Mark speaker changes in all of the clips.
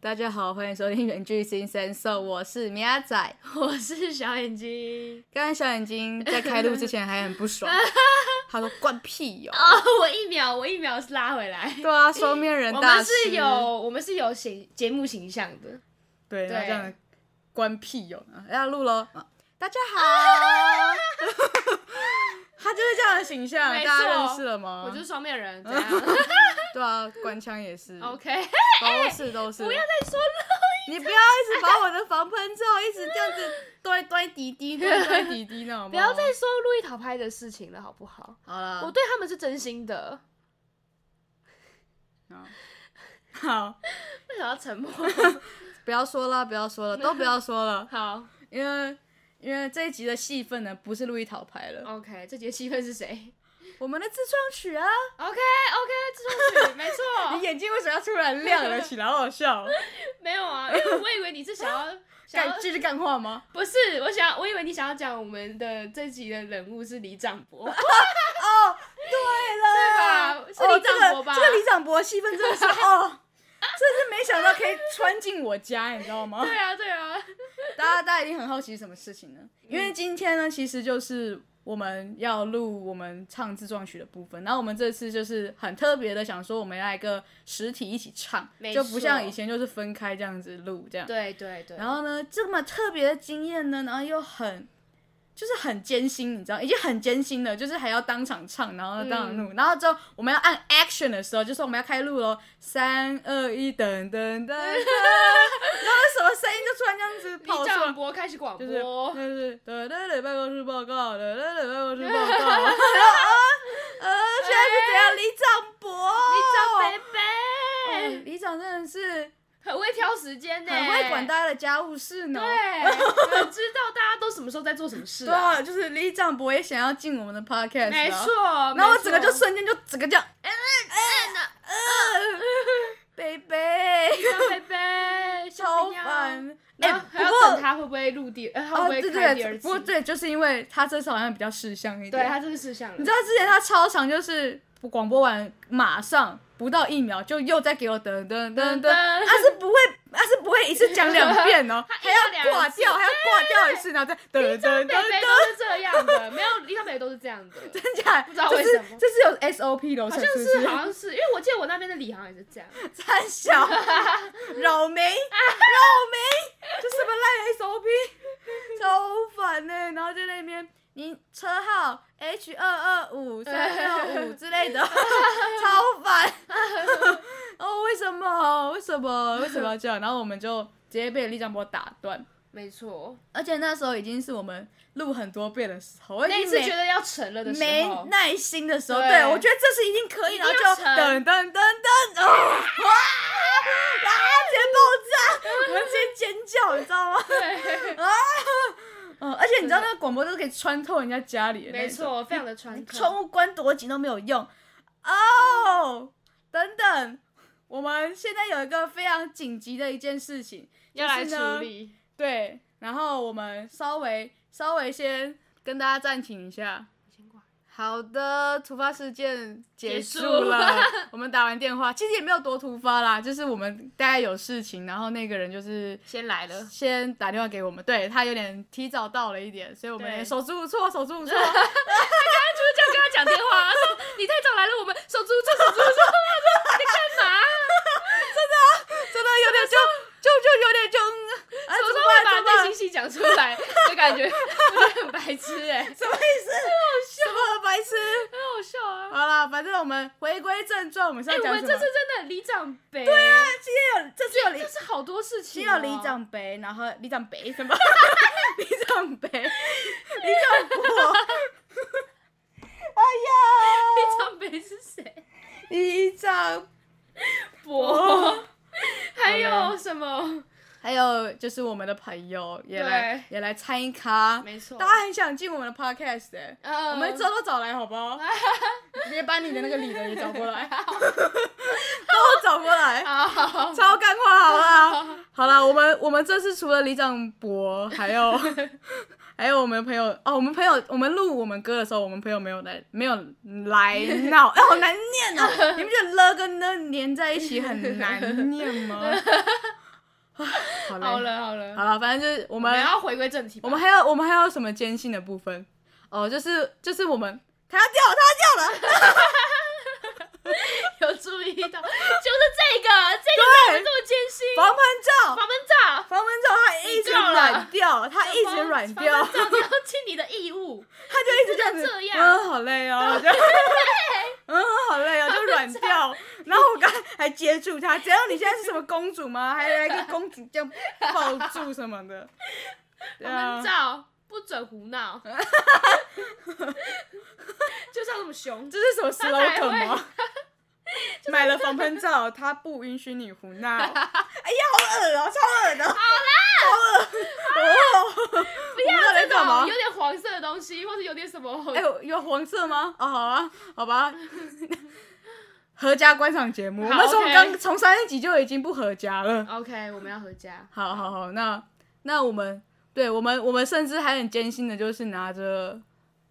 Speaker 1: 大家好，欢迎收听《远距新生兽》，我是米亚仔。
Speaker 2: 我是小眼睛。
Speaker 1: 刚刚小眼睛在开录之前还很不 爽，他说关屁哟、
Speaker 2: 哦，我一秒，我一秒拉回来。
Speaker 1: 对啊，双面人
Speaker 2: 我
Speaker 1: 大
Speaker 2: 们
Speaker 1: 师
Speaker 2: 是有，我们是有形节目形象的。
Speaker 1: 对，
Speaker 2: 对
Speaker 1: 他这样关屁哟、要录喽、啊大家
Speaker 2: 啊
Speaker 1: 好，他就是这样的形象，
Speaker 2: 没
Speaker 1: 大
Speaker 2: 错
Speaker 1: 家认识了吗？
Speaker 2: 我就是双面人， 怎样
Speaker 1: 对啊，官腔也是
Speaker 2: ？OK，
Speaker 1: 都是都是。
Speaker 2: 不要再说了。
Speaker 1: 你不要一直把我的防喷罩一直这样 子堆堆滴滴堆堆滴滴那种，
Speaker 2: 不要再说路易讨拍的事情了，好不好？
Speaker 1: 好了，
Speaker 2: 我对他们是真心的。
Speaker 1: 好，
Speaker 2: 为什么要沉默？
Speaker 1: 不要说了，不要说了，都不要说了，
Speaker 2: 好
Speaker 1: 因为因为这一集的戏份呢，不是路易讨牌了，
Speaker 2: ，OK，这节气氛是谁
Speaker 1: 我们的自创曲啊，
Speaker 2: ？OK OK，这是我没
Speaker 1: 你
Speaker 2: 错，
Speaker 1: 眼睛为什么要突然亮了起来？好好笑哦，
Speaker 2: 没有啊，因为我以为你是想 要 想要
Speaker 1: 干，这是干话吗？
Speaker 2: 不是，我想我以为你想要讲我们的这集的人物是李长 博。
Speaker 1: 对了，
Speaker 2: 对吧是李长博
Speaker 1: 哦
Speaker 2: 吧
Speaker 1: 这个这个李长博戏份真的是 哦。真是没想到可以穿进我家，你知道吗？
Speaker 2: 对啊，对啊，
Speaker 1: 大家大家一定很好奇什么事情呢？
Speaker 2: 嗯
Speaker 1: 因为今天呢，其实就是我们要录我们唱自创曲的部分，然后我们这次就是很特别的，想说我们要一个实体一起唱，
Speaker 2: 没
Speaker 1: 就
Speaker 2: 错
Speaker 1: 不像以前就是分开这样子录这样。
Speaker 2: 对对对。
Speaker 1: 然后呢，这么特别的经验呢，然后又很就是很艰辛，你知道，已经很艰辛了，就是还要当场唱，然后呢当
Speaker 2: 嗯
Speaker 1: 场录，然后之后我们要按 action 的时候，就是我们要开录喽，三二一，噔噔噔噔， 然后什么声音就突然这样子跑
Speaker 2: 李
Speaker 1: 出来
Speaker 2: 长。博开始广播，
Speaker 1: 就是就是对对对，办公室报告，对对对，办公室 报告。然后啊呃，现在是怎样？李长博，
Speaker 2: 哎
Speaker 1: 嗯
Speaker 2: 李长
Speaker 1: 哦
Speaker 2: 伯伯、
Speaker 1: 李长真的是
Speaker 2: 很会挑时间呢、
Speaker 1: 很会管大家的家哦务事呢。
Speaker 2: 对，啊很知道大家都什么时候在做什么事、
Speaker 1: 对
Speaker 2: 啊。
Speaker 1: 啊，就是李长博也想要进我们的 podcast，
Speaker 2: 没错
Speaker 1: 啊。，
Speaker 2: 没
Speaker 1: 然后我
Speaker 2: 错嗯
Speaker 1: 整个就瞬间就整个这样，贝贝，
Speaker 2: 李长伯 伯，
Speaker 1: 超
Speaker 2: 烦。
Speaker 1: 烦。哎
Speaker 2: 然后，
Speaker 1: 不
Speaker 2: 还要等
Speaker 1: 过
Speaker 2: 他会不会录第，呃，他会
Speaker 1: 哦，
Speaker 2: 不会
Speaker 1: 对
Speaker 2: 开第
Speaker 1: 对，
Speaker 2: 二
Speaker 1: 不过
Speaker 2: 次？
Speaker 1: 对，就是因为他这次好像比较事项一点。
Speaker 2: 对，他真的是想了
Speaker 1: 你知。道之前他超长，就是广播完马上不到一秒就又再给我噔
Speaker 2: 噔
Speaker 1: 噔噔噔，
Speaker 2: 噔
Speaker 1: 他是不会，他是不会一次讲两 遍哦，还
Speaker 2: 一次
Speaker 1: 要挂
Speaker 2: 两次
Speaker 1: 掉，还要挂掉一次，然后再噔噔
Speaker 2: 北北
Speaker 1: 噔噔，
Speaker 2: 都是这样的，没有李长北都是这样的，
Speaker 1: 真假？
Speaker 2: 不知道
Speaker 1: 这
Speaker 2: 为
Speaker 1: 是
Speaker 2: 什么
Speaker 1: 这是有 SOP 流
Speaker 2: 好
Speaker 1: 程，
Speaker 2: 像
Speaker 1: 是
Speaker 2: 是
Speaker 1: 不
Speaker 2: 好像是，因为我记得我那边的李航也是这样。
Speaker 1: 是？三小扰民，扰民，这什么烂 SOP，超烦呢、然后在那边。你车号 H 二二五三六五之类的，超烦。哦，为什么？为什么？为什么要这样？然后我们就直接被李长博打断，
Speaker 2: 没错，
Speaker 1: 而且那时候已经是我们录很多遍的时候，我已
Speaker 2: 那一
Speaker 1: 经
Speaker 2: 次
Speaker 1: 没
Speaker 2: 觉得要成了的时
Speaker 1: 没
Speaker 2: 候，
Speaker 1: 耐心的时候，
Speaker 2: 对
Speaker 1: 对我觉得这是一定可以，
Speaker 2: 一
Speaker 1: 然
Speaker 2: 定
Speaker 1: 后
Speaker 2: 要
Speaker 1: 就
Speaker 2: 成
Speaker 1: 噔噔噔噔噔，啊啊！直接爆炸，我们直接尖叫，你知道吗？
Speaker 2: 对，
Speaker 1: 嗯，而且你知道那个广播都是可以穿透人家家里的，
Speaker 2: 没，错，非常的传统。
Speaker 1: 窗户关多紧都没有用。哦，等等，我们现在有一个非常紧急的一件事情，
Speaker 2: 要来
Speaker 1: 就是
Speaker 2: 处
Speaker 1: 呢
Speaker 2: 理。
Speaker 1: 对，然后我们稍微稍微先跟大家暂停一下。好的，突发事件结束 了。我们打完电话，其实也没有多突发啦，就是我们大概有事情，然后那个人就是
Speaker 2: 先来 了，
Speaker 1: 先打电话给我们，对他有点提早到了一点，所以我们也
Speaker 2: 对
Speaker 1: 手足无措，手足无
Speaker 2: 就
Speaker 1: 措。
Speaker 2: 这样跟他讲电话，他说你太早来了，我们手足无措，手足无措， 我说你干嘛？
Speaker 1: 真的有点就就就有点就，啊，
Speaker 2: 我
Speaker 1: 怎
Speaker 2: 说
Speaker 1: 么
Speaker 2: 嗯会
Speaker 1: 办？
Speaker 2: 把
Speaker 1: 怎么办
Speaker 2: 内？心戏讲出来，就感觉 我觉得很白痴 哎，
Speaker 1: 什么意思？什么白痴？
Speaker 2: 很好笑啊！
Speaker 1: 好啦，反正我们回归正传，我们是
Speaker 2: 哎，
Speaker 1: 要
Speaker 2: 我
Speaker 1: 讲
Speaker 2: 们
Speaker 1: 什
Speaker 2: 这次
Speaker 1: 么？
Speaker 2: 真的李长北，对啊，
Speaker 1: 今天有这次有
Speaker 2: 这是好多事情
Speaker 1: 只
Speaker 2: 哦，
Speaker 1: 有李长北，然后李长北什么？李长北，李长博。哎
Speaker 2: 李长北是谁？
Speaker 1: 呀，李长
Speaker 2: 博，还
Speaker 1: 好
Speaker 2: 有什么？
Speaker 1: 还有就是我们的朋友也来也来参一咖，
Speaker 2: 没错
Speaker 1: 大家很想进我们的 podcast 哎、
Speaker 2: 呃
Speaker 1: 我们之后都找来好不 好？直接把你的那个李的也找 过来， 都找过 来，
Speaker 2: 好，
Speaker 1: 超干话好 啦，好啦，我们我们这次除了李长博，还有 还有我们朋友哦，我们朋友我们录我们歌的时候，我们朋友没有来，没有来 闹，哎、好 难念哦，你们觉得了跟呢连在一起很难念吗？好嘞，
Speaker 2: 好了好了，
Speaker 1: 好了，反正就是我
Speaker 2: 我
Speaker 1: 们
Speaker 2: 要回归正题吧。
Speaker 1: 我们还有我们还有什么坚信的部分？哦，就是就是我们他要掉了，他要掉 了，
Speaker 2: 有注意到， 就是这个，这个让我们这么艰辛。
Speaker 1: 防喷罩，
Speaker 2: 防门罩，
Speaker 1: 防喷罩它
Speaker 2: 你
Speaker 1: 一直
Speaker 2: 掉了
Speaker 1: 软掉，它一直软掉，
Speaker 2: 防门罩你要尽你的义务。
Speaker 1: 它就一直这样子，
Speaker 2: 这样
Speaker 1: 嗯，好累哦，就 嗯，好累 哦，就软掉。然后我刚才还接住它，只要你现在是什么公主吗？还来个公主这样抱住什么 的， 对
Speaker 2: 防
Speaker 1: 啊
Speaker 2: 门，罩不准胡 闹，就是要这么凶。
Speaker 1: 这是什么
Speaker 2: 他才
Speaker 1: slogan
Speaker 2: 会
Speaker 1: 吗？买了防喷罩，它不允许你胡 闹。哎呀，好恶哦、超恶的。好啦，好恶。哦，
Speaker 2: 不要
Speaker 1: 我们到底
Speaker 2: 这
Speaker 1: 干嘛
Speaker 2: 种有点黄色的东西，或者有点什么，
Speaker 1: 哎、有有黄色吗？哦，好啊，好吧。 合家观赏节目，我
Speaker 2: 好
Speaker 1: 们从
Speaker 2: OK
Speaker 1: 刚从上一集就已经不合家 了。
Speaker 2: OK，我们要回家。
Speaker 1: 好好好，那那我们对我们我们甚至还很艰辛的，就是拿着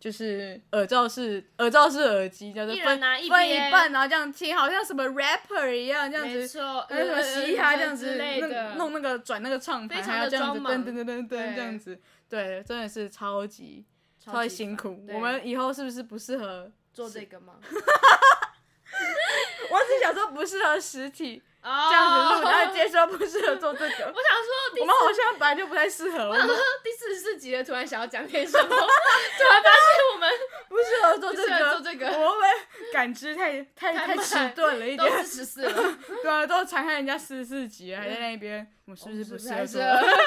Speaker 1: 就是耳罩式耳罩式耳机，叫做
Speaker 2: 一人
Speaker 1: 分
Speaker 2: 拿一
Speaker 1: 分一
Speaker 2: 边
Speaker 1: 半，然后这样听，好像什么 rapper 一样，这样
Speaker 2: 没
Speaker 1: 子
Speaker 2: 错，呃
Speaker 1: 还有什么嘻哈这样子，
Speaker 2: 之类的，
Speaker 1: 弄弄那个转那个唱
Speaker 2: 非
Speaker 1: 盘，
Speaker 2: 常
Speaker 1: 还要
Speaker 2: 的
Speaker 1: 这样
Speaker 2: 装
Speaker 1: 子噔
Speaker 2: 忙
Speaker 1: 噔噔噔噔
Speaker 2: 对
Speaker 1: 这样子，对，真的是超级
Speaker 2: 超
Speaker 1: 超级
Speaker 2: 级
Speaker 1: 辛
Speaker 2: 烦
Speaker 1: 苦。
Speaker 2: 对
Speaker 1: 我们以后是不是不适合？
Speaker 2: 做这个吗？
Speaker 1: 我只想说不适合实体
Speaker 2: 哦
Speaker 1: 这样子录，然后接说不适合做这个。
Speaker 2: 我想说第
Speaker 1: 我们好像本来就不太适合，我们
Speaker 2: 第四十四集了，突然想要讲点什么， 突然发现我们
Speaker 1: 不适合做这
Speaker 2: 不适合
Speaker 1: 个，
Speaker 2: 做这个
Speaker 1: 我们会不会感知太太
Speaker 2: 太
Speaker 1: 太
Speaker 2: 慢
Speaker 1: 迟钝了一
Speaker 2: 都
Speaker 1: 点，
Speaker 2: 四十四 了，
Speaker 1: 对啊，都传看人家四十四集了，还在那边，我是不是不适合做？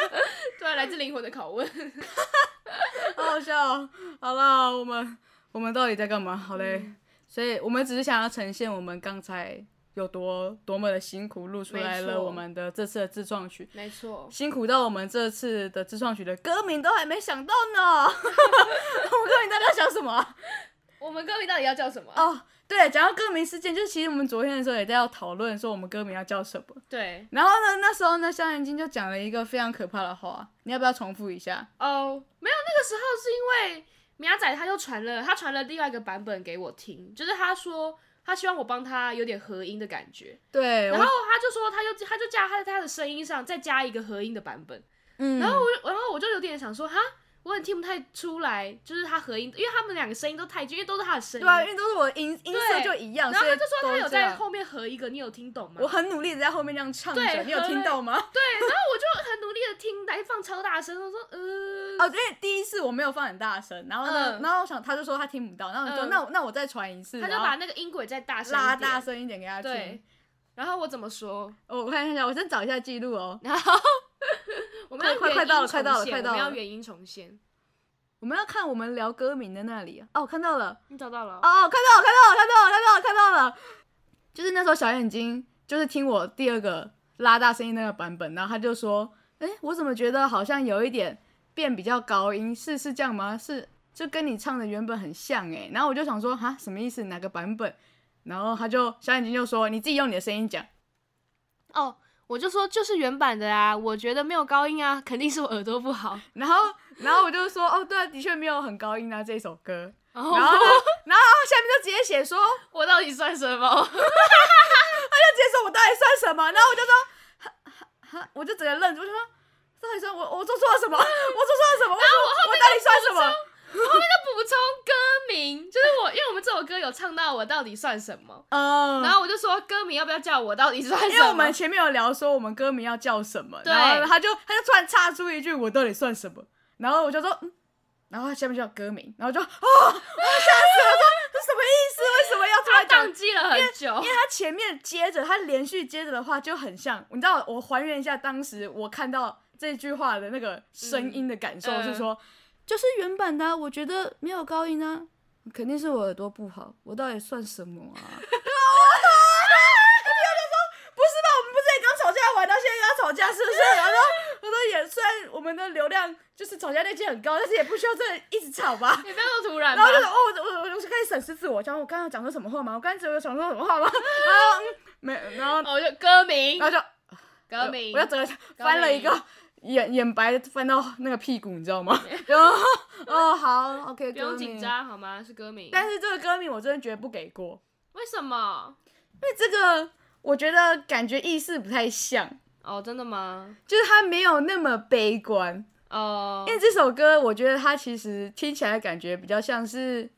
Speaker 2: 对啊，来自灵魂的拷问。
Speaker 1: 好好笑哦、好了，我们我们到底在干嘛？好嘞，
Speaker 2: 嗯
Speaker 1: 所以我们只是想要呈现我们刚才有多多么的辛苦，录出
Speaker 2: 没
Speaker 1: 来了
Speaker 2: 错
Speaker 1: 我们的这次的自创曲，
Speaker 2: 没错，
Speaker 1: 辛苦到我们这次的自创曲的歌名都还没想到 呢。我们歌名到底要想什么啊？
Speaker 2: 我们歌名到底要叫什么？
Speaker 1: 哦，对，讲到歌名事件，就其实我们昨天的时候也在要讨论说我们歌名要叫什么。
Speaker 2: 对，
Speaker 1: 然后呢，那时候呢，香眼睛就讲了一个非常可怕的话，你要不要重复一下？
Speaker 2: 哦，没有，那个时候是因为米亚仔他又传了，他传了另外一个版本给我听，就是他说他希望我帮他有点合音的感觉，
Speaker 1: 对，
Speaker 2: 然
Speaker 1: 我
Speaker 2: 后他就说他就他就加他在他的声音上再加一个合音的版本，
Speaker 1: 嗯，
Speaker 2: 然后我就然后我就有点想说哈。我也听不太出来，就是他合音，因为他们两个声音都太近，因为都是他的声音。
Speaker 1: 对啊，因为都是我的音音色
Speaker 2: 对
Speaker 1: 就一样，
Speaker 2: 然后他
Speaker 1: 所以
Speaker 2: 就说
Speaker 1: 都啊
Speaker 2: 他有
Speaker 1: 这样
Speaker 2: 在后面合一个，你有听懂吗？
Speaker 1: 我很努力的在后面这样唱着，
Speaker 2: 对
Speaker 1: 你有听到吗？
Speaker 2: 对，然后我就很努力的听，来放超大声，我说呃，
Speaker 1: 哦，因为第一次我没有放很大声，然后呢，
Speaker 2: 嗯
Speaker 1: 然后我想他就说他听不到，然后我就说
Speaker 2: 嗯
Speaker 1: 那我那我再传一次，
Speaker 2: 他就
Speaker 1: 然后
Speaker 2: 把那个音轨再大声一
Speaker 1: 拉
Speaker 2: 点
Speaker 1: 大声一点给他听
Speaker 2: 对。，然后我怎么说？
Speaker 1: 哦我看一下，我先找一下记录哦。
Speaker 2: 然后我们要
Speaker 1: 快快
Speaker 2: 原
Speaker 1: 快到
Speaker 2: 音
Speaker 1: 了快
Speaker 2: 重
Speaker 1: 到了
Speaker 2: 现
Speaker 1: 快到
Speaker 2: 我们要
Speaker 1: 了
Speaker 2: 原音重现。
Speaker 1: 我们要看我们聊歌名的那里哦，看到了，
Speaker 2: 你找到了
Speaker 1: 哦，？哦，看到了，看到了，看到了，看到了，看到了，就是那时候小眼睛就是听我第二个拉大声音那个版本，然后他就说，哎、我怎么觉得好像有一点变比较高音，是是这样吗？是就跟你唱的原本很像哎、然后我就想说，哈，什么意思？哪个版本？然后他就小眼睛就说，你自己用你的声音讲，
Speaker 2: 哦，我就说就是原版的啊，我觉得没有高音啊，肯定是我耳朵不好。
Speaker 1: 然后然后我就说，哦，对啊，的确没有很高音啊这首歌。
Speaker 2: 然
Speaker 1: 然后呢，然后下面就直接写说，他
Speaker 2: 我到底算什么？
Speaker 1: 就直接说我到底算什么？然后我就说，哈哈哈，我就整个愣住，我就说，到底算我我做错了什么？ 我做错了什么？我我我到底算什么？
Speaker 2: 后面就补充歌名，就是我，因为我们这首歌有唱到我到底算什么，
Speaker 1: 嗯，
Speaker 2: 然后我就说歌名要不要叫我到底算什么？
Speaker 1: 因为我们前面有聊说我们歌名要叫什么，
Speaker 2: 对
Speaker 1: 然后他就他就突然插出一句我到底算什么，然后我就说，嗯，然后他下面就叫歌名，然后我就哦，我吓死了，我说这什么意思？为什么要突
Speaker 2: 他
Speaker 1: 然讲
Speaker 2: 宕机了很久
Speaker 1: 因为，他前面接着，他连续接着的话就很像，你知道，我还原一下当时我看到这句话的那个声音的感受，
Speaker 2: 嗯
Speaker 1: 是说，就是原版的啊、我觉得没有高音啊，肯定是我耳朵不好，我到底算什么 啊？对啊，我懂啊！我听到就说，不是吧？我们不是也刚吵架完，到现在又要吵架，是不是？然后我说也虽然我们的流量就是吵架那期很高，但是也不需要这一直吵吧。
Speaker 2: 也不要那么突然
Speaker 1: 然
Speaker 2: 吧
Speaker 1: 后。就是哦，我我我我就开始审视自我，讲我刚刚有讲错什么话吗？我刚才有讲错什么 话吗？然后嗯，没，然后
Speaker 2: 哦，就歌名，
Speaker 1: 然后就
Speaker 2: 歌名，
Speaker 1: 我要整个翻了一个眼眼白翻到那个屁股，你知 道吗？然后哦好，OK，
Speaker 2: 不用
Speaker 1: 歌
Speaker 2: 紧
Speaker 1: 名。
Speaker 2: 张好吗？是歌名。
Speaker 1: 但是这个歌名我真的觉得不给过，
Speaker 2: 为什么？
Speaker 1: 因为这个我觉得感觉意思不太像。
Speaker 2: 哦，真的吗？
Speaker 1: 就是他没有那么悲观。
Speaker 2: 哦
Speaker 1: 因，为这首歌，我觉得它其实听起来感觉比较像是，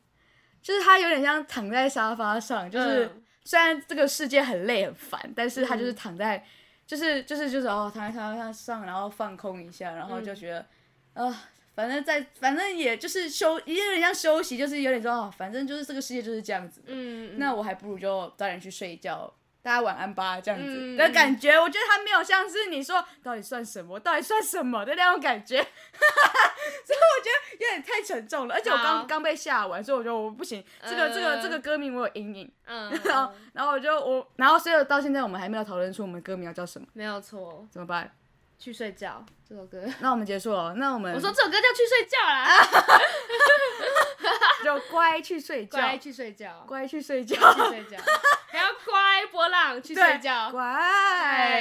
Speaker 1: 就是他有点像躺在沙发上，就是、
Speaker 2: 嗯
Speaker 1: 虽然这个世界很累很烦，但是他就是躺在，就是就是就是哦，躺在沙发上，然后放空一下，然后
Speaker 2: 嗯
Speaker 1: 就觉得，啊、反正在反正也就是休，也有点像休息，就是有点说哦，反正就是这个世界就是这样子，
Speaker 2: 嗯，
Speaker 1: 那我还不如就早点去睡觉。大家晚安吧，这样子
Speaker 2: 嗯
Speaker 1: 的感觉，我觉得他没有像是你说到底算什么，到底算什么的那种感觉，所以 我觉得有点太沉重了。而且我
Speaker 2: 好呃
Speaker 1: 刚刚被吓完，所以我觉得我不行，这个、这个这个歌名我有阴影。
Speaker 2: 嗯，
Speaker 1: 然后
Speaker 2: 嗯，
Speaker 1: 然后我就我，然后所以到现在我们还没有讨论出我们歌名要叫什么，
Speaker 2: 没有错，
Speaker 1: 怎么办？
Speaker 2: 去睡觉这首歌。
Speaker 1: 那我们结束了，那我们
Speaker 2: 我说这首歌叫去睡觉啦，
Speaker 1: 啊就乖去睡觉，
Speaker 2: 乖去睡觉，
Speaker 1: 乖去睡觉，
Speaker 2: 去睡觉，还要乖波浪去
Speaker 1: 对
Speaker 2: 睡觉，
Speaker 1: 乖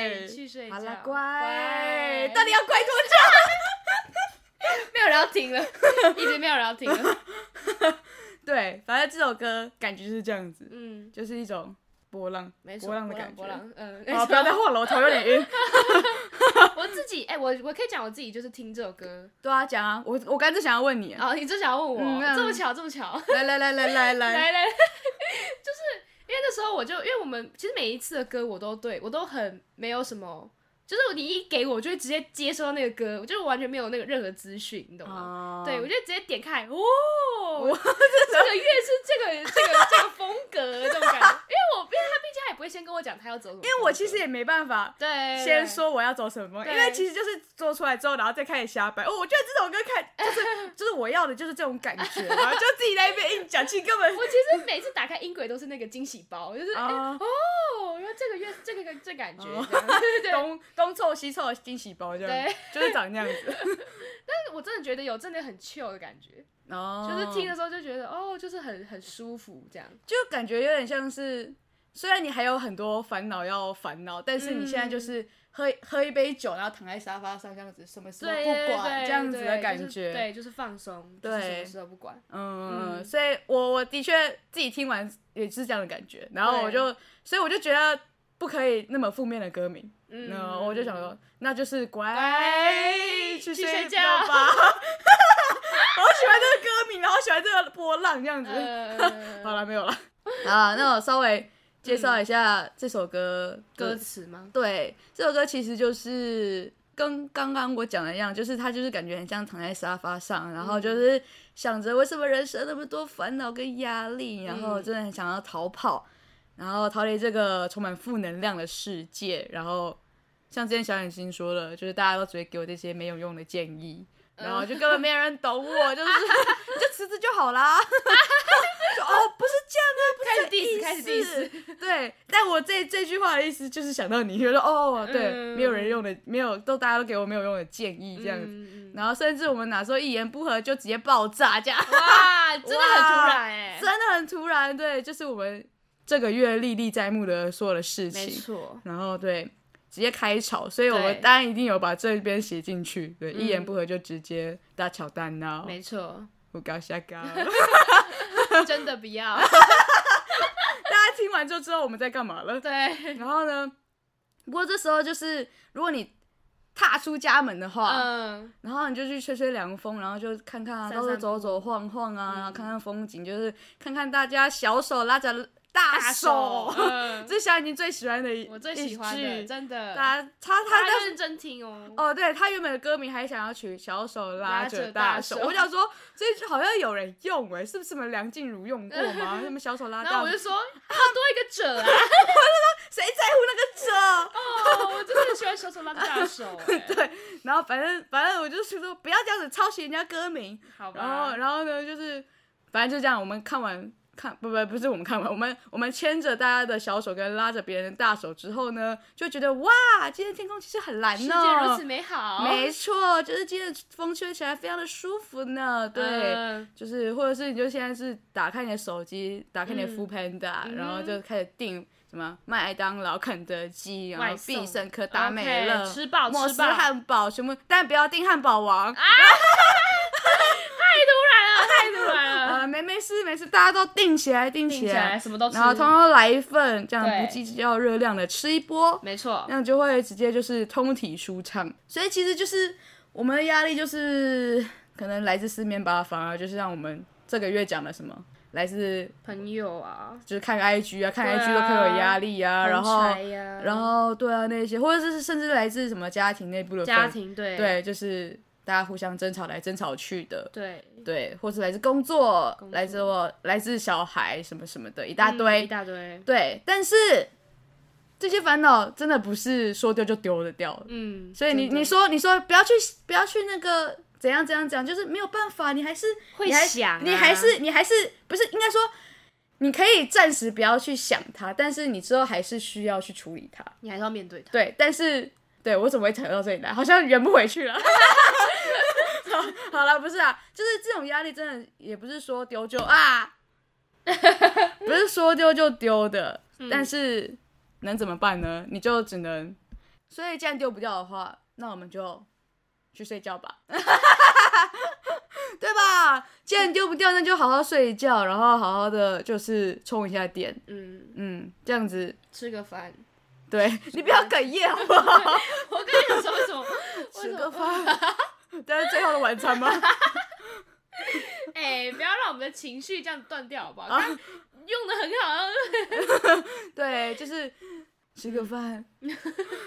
Speaker 2: 对去睡觉
Speaker 1: 好了，
Speaker 2: 乖
Speaker 1: 乖，到底要乖多久？
Speaker 2: 没有人要停了， 一直没有人要停了。
Speaker 1: 对，反正这首歌感觉就是这样子，
Speaker 2: 嗯，
Speaker 1: 就是一种波浪
Speaker 2: 没错，
Speaker 1: 波浪的感
Speaker 2: 波
Speaker 1: 觉。
Speaker 2: 浪，嗯，
Speaker 1: 好，不要再晃了，我头有点晕。
Speaker 2: 我自己，哎、我我可以讲我自己就是听这首歌。
Speaker 1: 对啊，讲啊，我我刚才想要 问你，
Speaker 2: 哦，你真想要问我，
Speaker 1: 嗯嗯
Speaker 2: 这么巧，这么巧。
Speaker 1: 来来来来来来，
Speaker 2: 来来， 就是因为那时候我就因为我们其实每一次的歌我都对我都很没有什么，就是你一给我，我就会直接接收到那个歌，我就完全没有那个任何资讯，你懂吗？
Speaker 1: 哦
Speaker 2: 对，我就直接点开，哦，这个乐是这个这个这个风格这种感觉，因为我因为他毕竟他也不会先跟我讲他要走什么风格，
Speaker 1: 因为我其实也没办法，
Speaker 2: 对对
Speaker 1: 先说我要走什么，因
Speaker 2: 对
Speaker 1: 为其实就是做出来之后，然后再开始瞎掰。哦，我觉得这首歌看就是 就是我要的就是这种感觉，然后就自己在那边硬讲，其实根 本
Speaker 2: 我其实每次打开音轨都是那个惊喜包，就是哎、
Speaker 1: 啊
Speaker 2: 哦，原来这个乐这个这感觉，
Speaker 1: 哦
Speaker 2: 这样 对对对。
Speaker 1: 东东凑西凑的惊喜包这样，
Speaker 2: 对，
Speaker 1: 就是长那样 子。
Speaker 2: 我真的觉得有真的很 chill 的感觉，
Speaker 1: 哦
Speaker 2: 就是听的时候就觉得哦，就是很很舒服这样。
Speaker 1: 就感觉有点像是，虽然你还有很多烦恼要烦恼，但是你现在就是喝、喝一杯酒，然后躺在沙发上这样子，什么事都
Speaker 2: 对，
Speaker 1: 不
Speaker 2: 对
Speaker 1: 管
Speaker 2: 对
Speaker 1: 这样子的
Speaker 2: 对
Speaker 1: 感
Speaker 2: 就是
Speaker 1: 觉。
Speaker 2: 对，就是放松，就是
Speaker 1: 对
Speaker 2: 什么事都不管。
Speaker 1: 嗯，
Speaker 2: 嗯
Speaker 1: 所以我我的确自己听完也是这样的感觉，然后我就，所以我就觉得不可以那么负面的歌名，
Speaker 2: 嗯
Speaker 1: 那、我就想说，那就是乖
Speaker 2: 乖
Speaker 1: 去
Speaker 2: 去睡
Speaker 1: 睡
Speaker 2: 觉
Speaker 1: 觉 吧。好喜欢这个歌名，然后喜欢这个波浪这样子。
Speaker 2: 呃，
Speaker 1: 嗯 好了，没有了。啊，那我稍微介绍一下这首歌
Speaker 2: 歌
Speaker 1: 歌
Speaker 2: 词吗？
Speaker 1: 对，这首歌其实就是跟刚刚我讲的一样，就是他就是感觉很像躺在沙发上，然后
Speaker 2: 嗯
Speaker 1: 就是想着为什么人生那么多烦恼跟压力，然
Speaker 2: 嗯
Speaker 1: 后真的很想要逃跑，然后逃离这个充满负能量的世界。然后像之前小眼睛说了，就是大家都只会给我这些没有用的建议。然后就根本没有人懂我，就是 你就辞职就好啦。 就哦，不是这样啊，不
Speaker 2: 开始
Speaker 1: 是这意
Speaker 2: diss，
Speaker 1: 思
Speaker 2: 开始 diss。
Speaker 1: 对，但我这这句话的意思就是想到你，觉得哦，对，
Speaker 2: 嗯
Speaker 1: 没有人用的，没有都大家都给我没有用的建议这样子，
Speaker 2: 嗯嗯
Speaker 1: 然后甚至我们哪时候一言不合就直接爆 炸这样，
Speaker 2: 哇，真的很突然哎、
Speaker 1: 真的很突然，对，就是我们这个月历历在目的所有的事
Speaker 2: 没
Speaker 1: 情，
Speaker 2: 错。
Speaker 1: 然后对。直接开吵，所以我
Speaker 2: 对嗯
Speaker 1: 们当然一定有把这边写进去。对，一言不合就直接大吵大闹，
Speaker 2: 没 错，
Speaker 1: 胡搞瞎搞。
Speaker 2: 真的不要。
Speaker 1: 大家听完就知道我们在干嘛了。
Speaker 2: 对，
Speaker 1: 然后呢，不过这时候就是如果你踏出家门的话，
Speaker 2: 嗯，
Speaker 1: 然后你就去吹吹凉风，然后就看看啊，
Speaker 2: 散
Speaker 1: 到处
Speaker 2: 散嗯
Speaker 1: 走走晃晃啊，然后看看风景，就是看看大家小手拉着大啊手，
Speaker 2: 嗯
Speaker 1: 这是小眼睛最喜欢的一，
Speaker 2: 我最喜欢
Speaker 1: 一
Speaker 2: 的，
Speaker 1: 句
Speaker 2: 真的。
Speaker 1: 大家他他
Speaker 2: 大
Speaker 1: 他
Speaker 2: 家认真听哦。
Speaker 1: 哦，对他原本的歌名还想要取“小手拉着大手”，
Speaker 2: 拉着大手
Speaker 1: 我想说这句好像有人用哎，是不是什么梁静茹用过 吗？什么小手拉
Speaker 2: 然后
Speaker 1: 大
Speaker 2: 我
Speaker 1: 手
Speaker 2: 就，说，还有多一个者啊！
Speaker 1: 谁在乎那个这？
Speaker 2: 哦，我真的很喜欢小手拉大 手、哎
Speaker 1: 然后反正反正我就是说不要这样子抄袭人家歌名，
Speaker 2: 好
Speaker 1: 然后
Speaker 2: 吧。
Speaker 1: 然后呢就是反正就这样，我们看完看不不不是我们看完，我们我们牵着大家的小手跟拉着别人的大手之后呢，就觉得哇，今天天空其实很蓝
Speaker 2: 世界如
Speaker 1: 呢
Speaker 2: 此，美好，
Speaker 1: 没错，就是今天的风吹起来非常的舒服呢，对。
Speaker 2: 嗯
Speaker 1: 就是，或者是你就现在是打开你的手机，打开你的
Speaker 2: 嗯
Speaker 1: f o o Panda，、然后就开始订什么麦当劳、肯德基，然后
Speaker 2: 外送
Speaker 1: 必胜客、达美乐、
Speaker 2: OK，吃饱
Speaker 1: 摩
Speaker 2: 吃
Speaker 1: 斯
Speaker 2: 饱
Speaker 1: 汉堡全部，但不要订汉堡王啊、
Speaker 2: 太突然了，太突然了。
Speaker 1: 呃没没事没事，大家都定起来定
Speaker 2: 定起
Speaker 1: 起
Speaker 2: 来
Speaker 1: 来，
Speaker 2: 什么都吃
Speaker 1: 啊然，后通通来一份，这样
Speaker 2: 对
Speaker 1: 不计较热量的吃一波，
Speaker 2: 没错，
Speaker 1: 那样就会直接就是通体舒畅。所以其实就是我们的压力就是可能来自四面八方啊，就是像我们这个月讲的什么，来自
Speaker 2: 朋友啊，
Speaker 1: 就是看 IG 啊，看
Speaker 2: 对啊
Speaker 1: IG 都可以有压力啊，然后
Speaker 2: 同才呀
Speaker 1: 然后对啊那些，或者是甚至来自什么家庭内部的
Speaker 2: 家
Speaker 1: 纷
Speaker 2: 庭对
Speaker 1: 对，就是大家互相争吵来争吵去的，
Speaker 2: 对
Speaker 1: 对，或是来自工作，
Speaker 2: 工
Speaker 1: 来自
Speaker 2: 作
Speaker 1: 我来自小孩什么什么的一大
Speaker 2: 嗯
Speaker 1: 堆，
Speaker 2: 一大堆，
Speaker 1: 对，但是这些烦恼真的不是说丢就丢的掉，
Speaker 2: 嗯，
Speaker 1: 所以你
Speaker 2: 真的
Speaker 1: 你说你说不要去不要去那个怎样怎样怎样，就是没有办法，你还是
Speaker 2: 会
Speaker 1: 你还
Speaker 2: 想啊
Speaker 1: 你还是你还是不是应该说你可以暂时不要去想它，但是你之后还是需要去处理它。
Speaker 2: 你还是要面对它，
Speaker 1: 对，但是对我怎么会扯到这里来？好像圆不回去了。 好好了，不是啊，就是这种压力真的也不是说丢就啊，不是说丢就丢的，但是能怎么办呢？你就只能，所以既然丢不掉的话，那我们就去睡觉吧， 对吧？既然丢不掉，那就好好睡一觉，然后好好的就是充一下电，
Speaker 2: 嗯，
Speaker 1: 嗯，这样子。
Speaker 2: 吃个饭，
Speaker 1: 对 你不要哽咽好不好？
Speaker 2: 我跟你说为什么？为
Speaker 1: 吃
Speaker 2: 什么？
Speaker 1: 个饭， 这是最后的晚餐 吗？
Speaker 2: 哎，不要让我们的情绪这样断掉，好不好？
Speaker 1: 啊
Speaker 2: 刚刚用的很好，
Speaker 1: 对，就是吃个饭，
Speaker 2: 嗯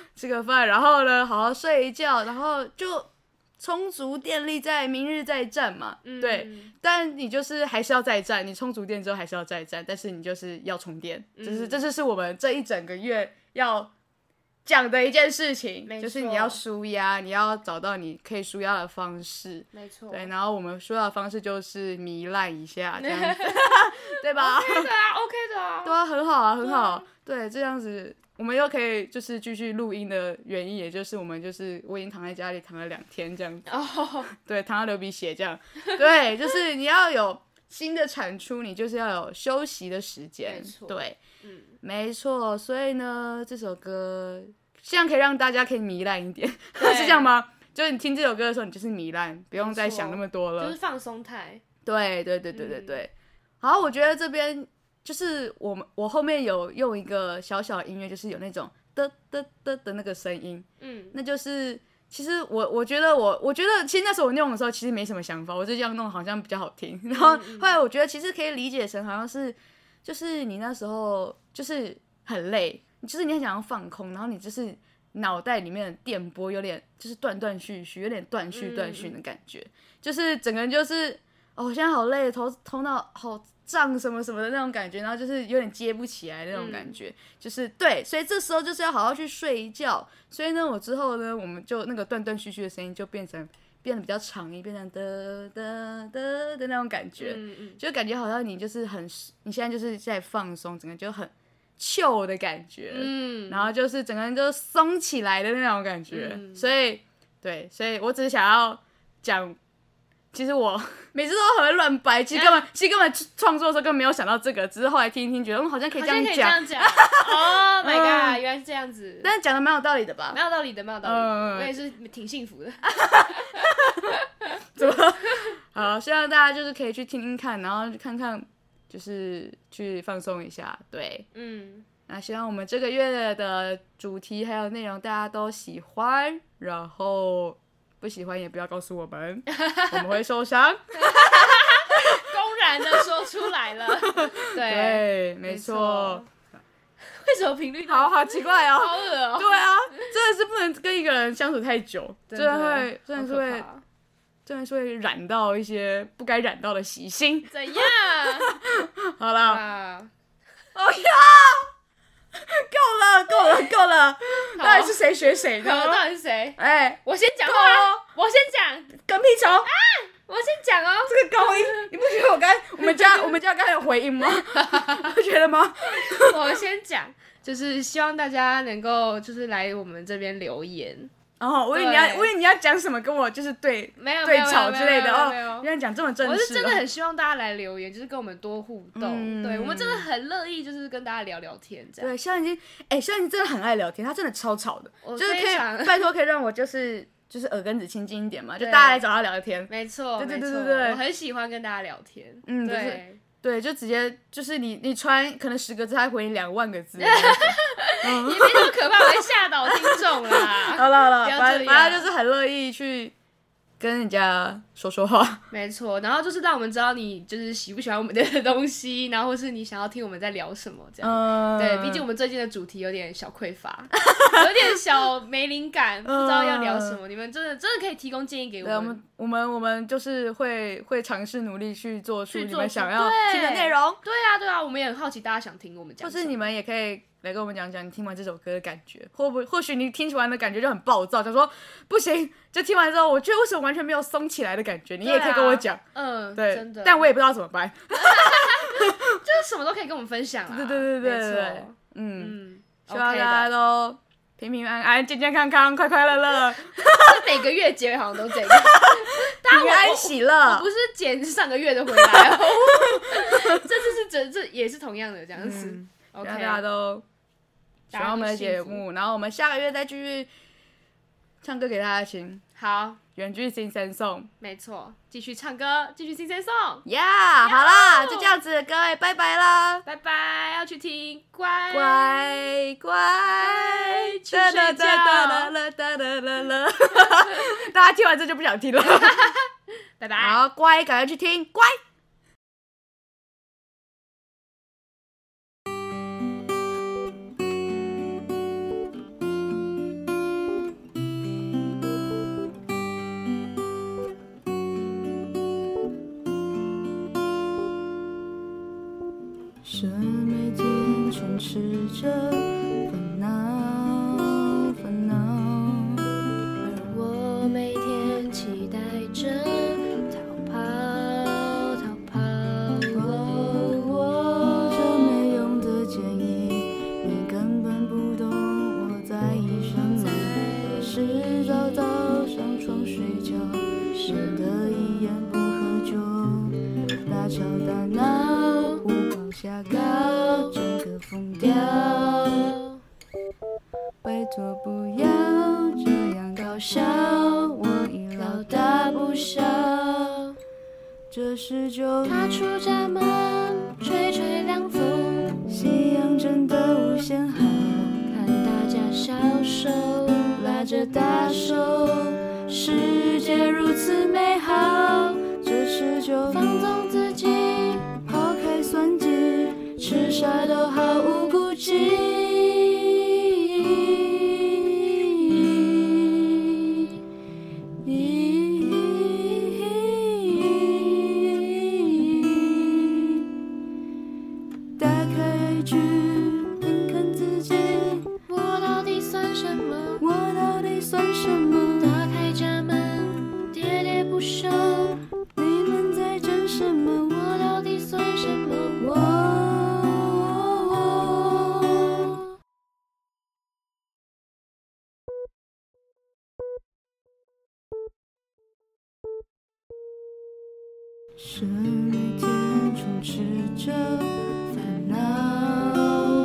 Speaker 1: 吃个饭，然后呢，好好睡一觉，然后就充足电力在明日再战嘛。
Speaker 2: 嗯
Speaker 1: 对，，但你就是还是要再战，你充足电之后还是要再战，但是你就是要充电，就是
Speaker 2: 嗯
Speaker 1: 这就是我们这一整个月要。讲的一件事情，
Speaker 2: 没
Speaker 1: 就是
Speaker 2: 错
Speaker 1: 你要舒压，你要找到你可以舒压的方式。
Speaker 2: 没错，
Speaker 1: 对，然后我们说到的方式就是糜烂一下，这样子，对吧？
Speaker 2: OK 的啊，OK 的啊，
Speaker 1: 对啊，很好啊，很好。对，这样子我们又可以就是继续录音的原因，也就是我们就是我已经躺在家里躺了两天这样子，
Speaker 2: 哦，
Speaker 1: 对，躺到流鼻血这 样。对，就是你要有新的产出，你就是要有休息的时间
Speaker 2: 没。错
Speaker 1: 对，
Speaker 2: 嗯，
Speaker 1: 没错。所以呢，这首歌这样可以让大家可以糜烂一点，
Speaker 2: 对
Speaker 1: 是这样吗？就是你听这首歌的时候，你就是糜烂，不用
Speaker 2: 没
Speaker 1: 再
Speaker 2: 错
Speaker 1: 想那么多了。
Speaker 2: 就是放松态，
Speaker 1: 对对对对对
Speaker 2: 嗯
Speaker 1: 对。好，我觉得这边就是我们我后面有用一个小小的音乐，就是有那种的的的的那个声音，
Speaker 2: 嗯，
Speaker 1: 那就是其实我我觉得我我觉得其实那时候我弄的时候其实没什么想法，我就这样弄好像比较好听。然后后来我觉得其实可以理解成好像是就是你那时候就是很累，就是你很想要放空，然后你就是。脑袋里面的电波有点就是断断续续，有点断续断续的感觉，就是整个人就是哦，我现在好累，头头脑好胀什么什么的那种感觉，然后就是有点接不起来那种感觉，就是对，所以这时候就是要好好去睡一觉。所以呢，我之后呢，我们就那个断断续续的声音就变成变得比较长一，变成的的的的那种感觉，
Speaker 2: 嗯嗯，
Speaker 1: 就感觉好像你就是很你现在就是在放松，整个就很 chill 的感觉，
Speaker 2: 嗯，
Speaker 1: 然后就是整个人就松起来的那种感觉。
Speaker 2: 嗯
Speaker 1: 所以，对，所以我只是想要讲，其实我 每次都很乱掰，其实根本、
Speaker 2: 嗯
Speaker 1: 其实根本创作的时候根本没有想到这个，只是后来听一听觉得嗯好像可以
Speaker 2: 好
Speaker 1: 这
Speaker 2: 像可以
Speaker 1: 样
Speaker 2: 这
Speaker 1: 讲，
Speaker 2: 样讲 ，Oh my god，
Speaker 1: 嗯
Speaker 2: 原来是这样子，
Speaker 1: 但是讲的蛮有道理的吧
Speaker 2: 蛮？有道理的，蛮有道理
Speaker 1: 嗯嗯
Speaker 2: 的，
Speaker 1: 嗯
Speaker 2: 我也是挺幸 福的，
Speaker 1: 好，希望大家就是可以去听听看，然后看看就是去放松一下，对。
Speaker 2: 嗯，
Speaker 1: 那希望我们这个月的主题还有内容大家都喜欢，然后不喜欢也不要告诉我们，我们会受伤。
Speaker 2: 公然的说出来 了，对，
Speaker 1: 对，没错。，
Speaker 2: 为什么频率
Speaker 1: 好好奇 怪哦。
Speaker 2: 好恶哦？
Speaker 1: 对啊，真的是不能跟一个人相处太久，真的会，真的是
Speaker 2: 好可
Speaker 1: 会，
Speaker 2: 怕
Speaker 1: 真的是会染到一些不该染到的习性。
Speaker 2: 怎样
Speaker 1: 好了，
Speaker 2: 啊？
Speaker 1: 哦呀，够了，够了，够了，到底是谁学谁
Speaker 2: 朋友到
Speaker 1: 呢？
Speaker 2: 底是谁？
Speaker 1: 哎，
Speaker 2: 我先讲好
Speaker 1: 够
Speaker 2: 了，我先讲，
Speaker 1: 跟屁虫，
Speaker 2: 我先讲哦。
Speaker 1: 这个 高音，你不觉得我刚我们家我们家刚才有回音吗？不觉得吗？
Speaker 2: 我先讲，就是希望大家能够就是来我们这边留言，
Speaker 1: 然后哦我以为你要，
Speaker 2: 对
Speaker 1: 我以为你要讲什么，跟我就是对
Speaker 2: 没有
Speaker 1: 对吵之类的哦
Speaker 2: 没有没有没有没有。没有
Speaker 1: 原来讲这么正式哦，
Speaker 2: 我是真的很希望大家来留言，就是跟我们多互动，
Speaker 1: 嗯
Speaker 2: 对我们真的很乐意，就是跟大家聊聊天这样。
Speaker 1: 对，肖燕金，哎、肖燕金真的很爱聊天，他真的超吵的，
Speaker 2: 我
Speaker 1: 就是可
Speaker 2: 非常
Speaker 1: 以拜托可以让我就是就是耳根子清净一点嘛，就
Speaker 2: 对
Speaker 1: 大家来找他聊天。
Speaker 2: 没错，
Speaker 1: 对对
Speaker 2: 没
Speaker 1: 对
Speaker 2: 错
Speaker 1: 对对
Speaker 2: 我很喜欢跟大家聊天，
Speaker 1: 嗯就是
Speaker 2: 对，
Speaker 1: 对，就直接就是你你传可能十个字，他还回你两万个 字。
Speaker 2: 也没那么可怕，我会吓倒听众啦。
Speaker 1: 好了好了
Speaker 2: 不，要
Speaker 1: 反
Speaker 2: 这啊
Speaker 1: 正
Speaker 2: 样
Speaker 1: 反正就是很乐意去跟人家说 说话。
Speaker 2: 没错，然后就是让我们知道你就是喜不喜欢我们的东西，然后或是你想要听我们在聊什么这样。
Speaker 1: 嗯，
Speaker 2: 对，毕竟我们最近的主题有点小匮乏， 有点小没灵感，不知道要聊什么。你们真的真的可以提供建议给
Speaker 1: 嗯对，
Speaker 2: 我
Speaker 1: 我
Speaker 2: 们
Speaker 1: 们。我们我们就是会会尝试努力去做出
Speaker 2: 去
Speaker 1: 你
Speaker 2: 做
Speaker 1: 们
Speaker 2: 出
Speaker 1: 想要
Speaker 2: 对
Speaker 1: 听的内容，
Speaker 2: 对啊，对啊，我们也很好奇大家想听我们讲
Speaker 1: 或
Speaker 2: 什么。
Speaker 1: 是你们也可以来跟我们讲讲你听完这首歌的感觉，或不或许你听完的感觉就很暴躁，想说不行，就听完之后，我觉得为什么完全没有松起来的感觉，你也可以跟我讲。
Speaker 2: 嗯，
Speaker 1: 对，
Speaker 2: 啊真的，
Speaker 1: 但我也不知道怎么办。
Speaker 2: 就是什么都可以跟我们分享啊。
Speaker 1: 对对对对对
Speaker 2: 没
Speaker 1: 对
Speaker 2: 错，
Speaker 1: 嗯，
Speaker 2: 嗯，
Speaker 1: 希望
Speaker 2: OK
Speaker 1: 大
Speaker 2: 的
Speaker 1: 家都平平安安、健健康康、快快乐乐、
Speaker 2: 每个月结尾好像都这样。 大
Speaker 1: 平
Speaker 2: 家
Speaker 1: 安
Speaker 2: 我
Speaker 1: 喜
Speaker 2: 我
Speaker 1: 乐
Speaker 2: 不。是捡上个月的回来 哦，这次是整这也是同样的这样子。
Speaker 1: 嗯希
Speaker 2: OK，
Speaker 1: 望大家都喜欢我们的节目，然后我们下个月再继续唱歌给大家听，
Speaker 2: 好，
Speaker 1: 远距新生颂。
Speaker 2: 没错，继续唱歌，继续新生颂，
Speaker 1: 呀、好啦，就这样子，各位拜拜啦，
Speaker 2: 拜拜，要去听乖
Speaker 1: 乖乖，
Speaker 2: 去睡觉
Speaker 1: 哒哒哒哒哒哒，大家听完这就不想听了，
Speaker 2: 拜拜。
Speaker 1: 好乖，赶快去听乖。是每天充斥着烦恼，烦恼，
Speaker 3: 而我每天期待着逃跑，逃跑。哦
Speaker 1: 我这没用的建议，你根本不懂我在意什么。是早早上床睡觉，显得一言不合就大吵大闹，舞往下高，整个疯掉。拜托不要这样搞笑，我已老
Speaker 3: 老
Speaker 1: 大
Speaker 3: 大
Speaker 1: 不
Speaker 3: 不
Speaker 1: 小
Speaker 3: 小，，
Speaker 1: 这时就
Speaker 3: 踏出家门，吹吹凉风，
Speaker 1: 夕阳真的无限好，
Speaker 3: 看大家小手
Speaker 1: 拉
Speaker 3: 拉
Speaker 1: 着
Speaker 3: 着
Speaker 1: 大
Speaker 3: 大
Speaker 1: 手
Speaker 3: 手，，
Speaker 1: 世界如此美好，这时就
Speaker 3: 放纵自己，
Speaker 1: 抛开算计，吃啥都毫无顾忌。打开剧，看看自己，
Speaker 3: 我到底算什么？
Speaker 1: 我到底算什么？
Speaker 3: 打开家门，喋喋不休，
Speaker 1: 你们在争什么？
Speaker 3: 我到底算什么？
Speaker 1: 我。
Speaker 3: 哦
Speaker 1: 是每天充斥着烦恼，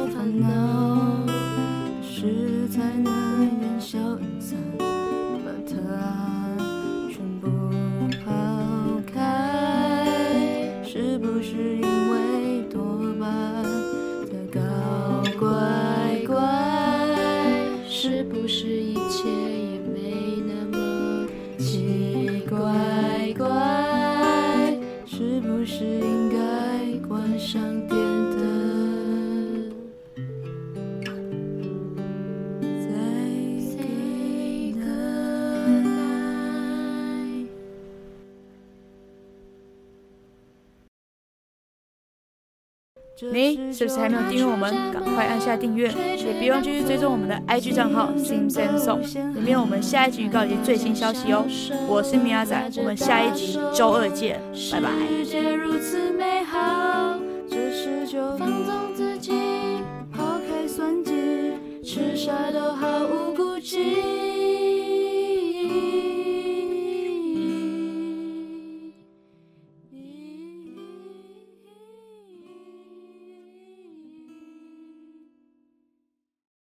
Speaker 1: 烦恼，何时才能烟消云散，把它全部抛开？是不是因为多巴的搞怪怪？
Speaker 3: 是不是一切也没那么
Speaker 1: 哎奇怪怪，是不是应该关上电灯，再给个 night？你是不是还没有订阅我们？赶快按下订阅，也别忘记去追踪我们的 IG 账号 Sim Sam Song，里面有我们下一集预告以及最新消息哦。我是米亚仔，我们下一集周二见，拜拜。
Speaker 3: 世界如此美好，放纵自己。
Speaker 1: 抛开算计，吃啥都毫无顾忌。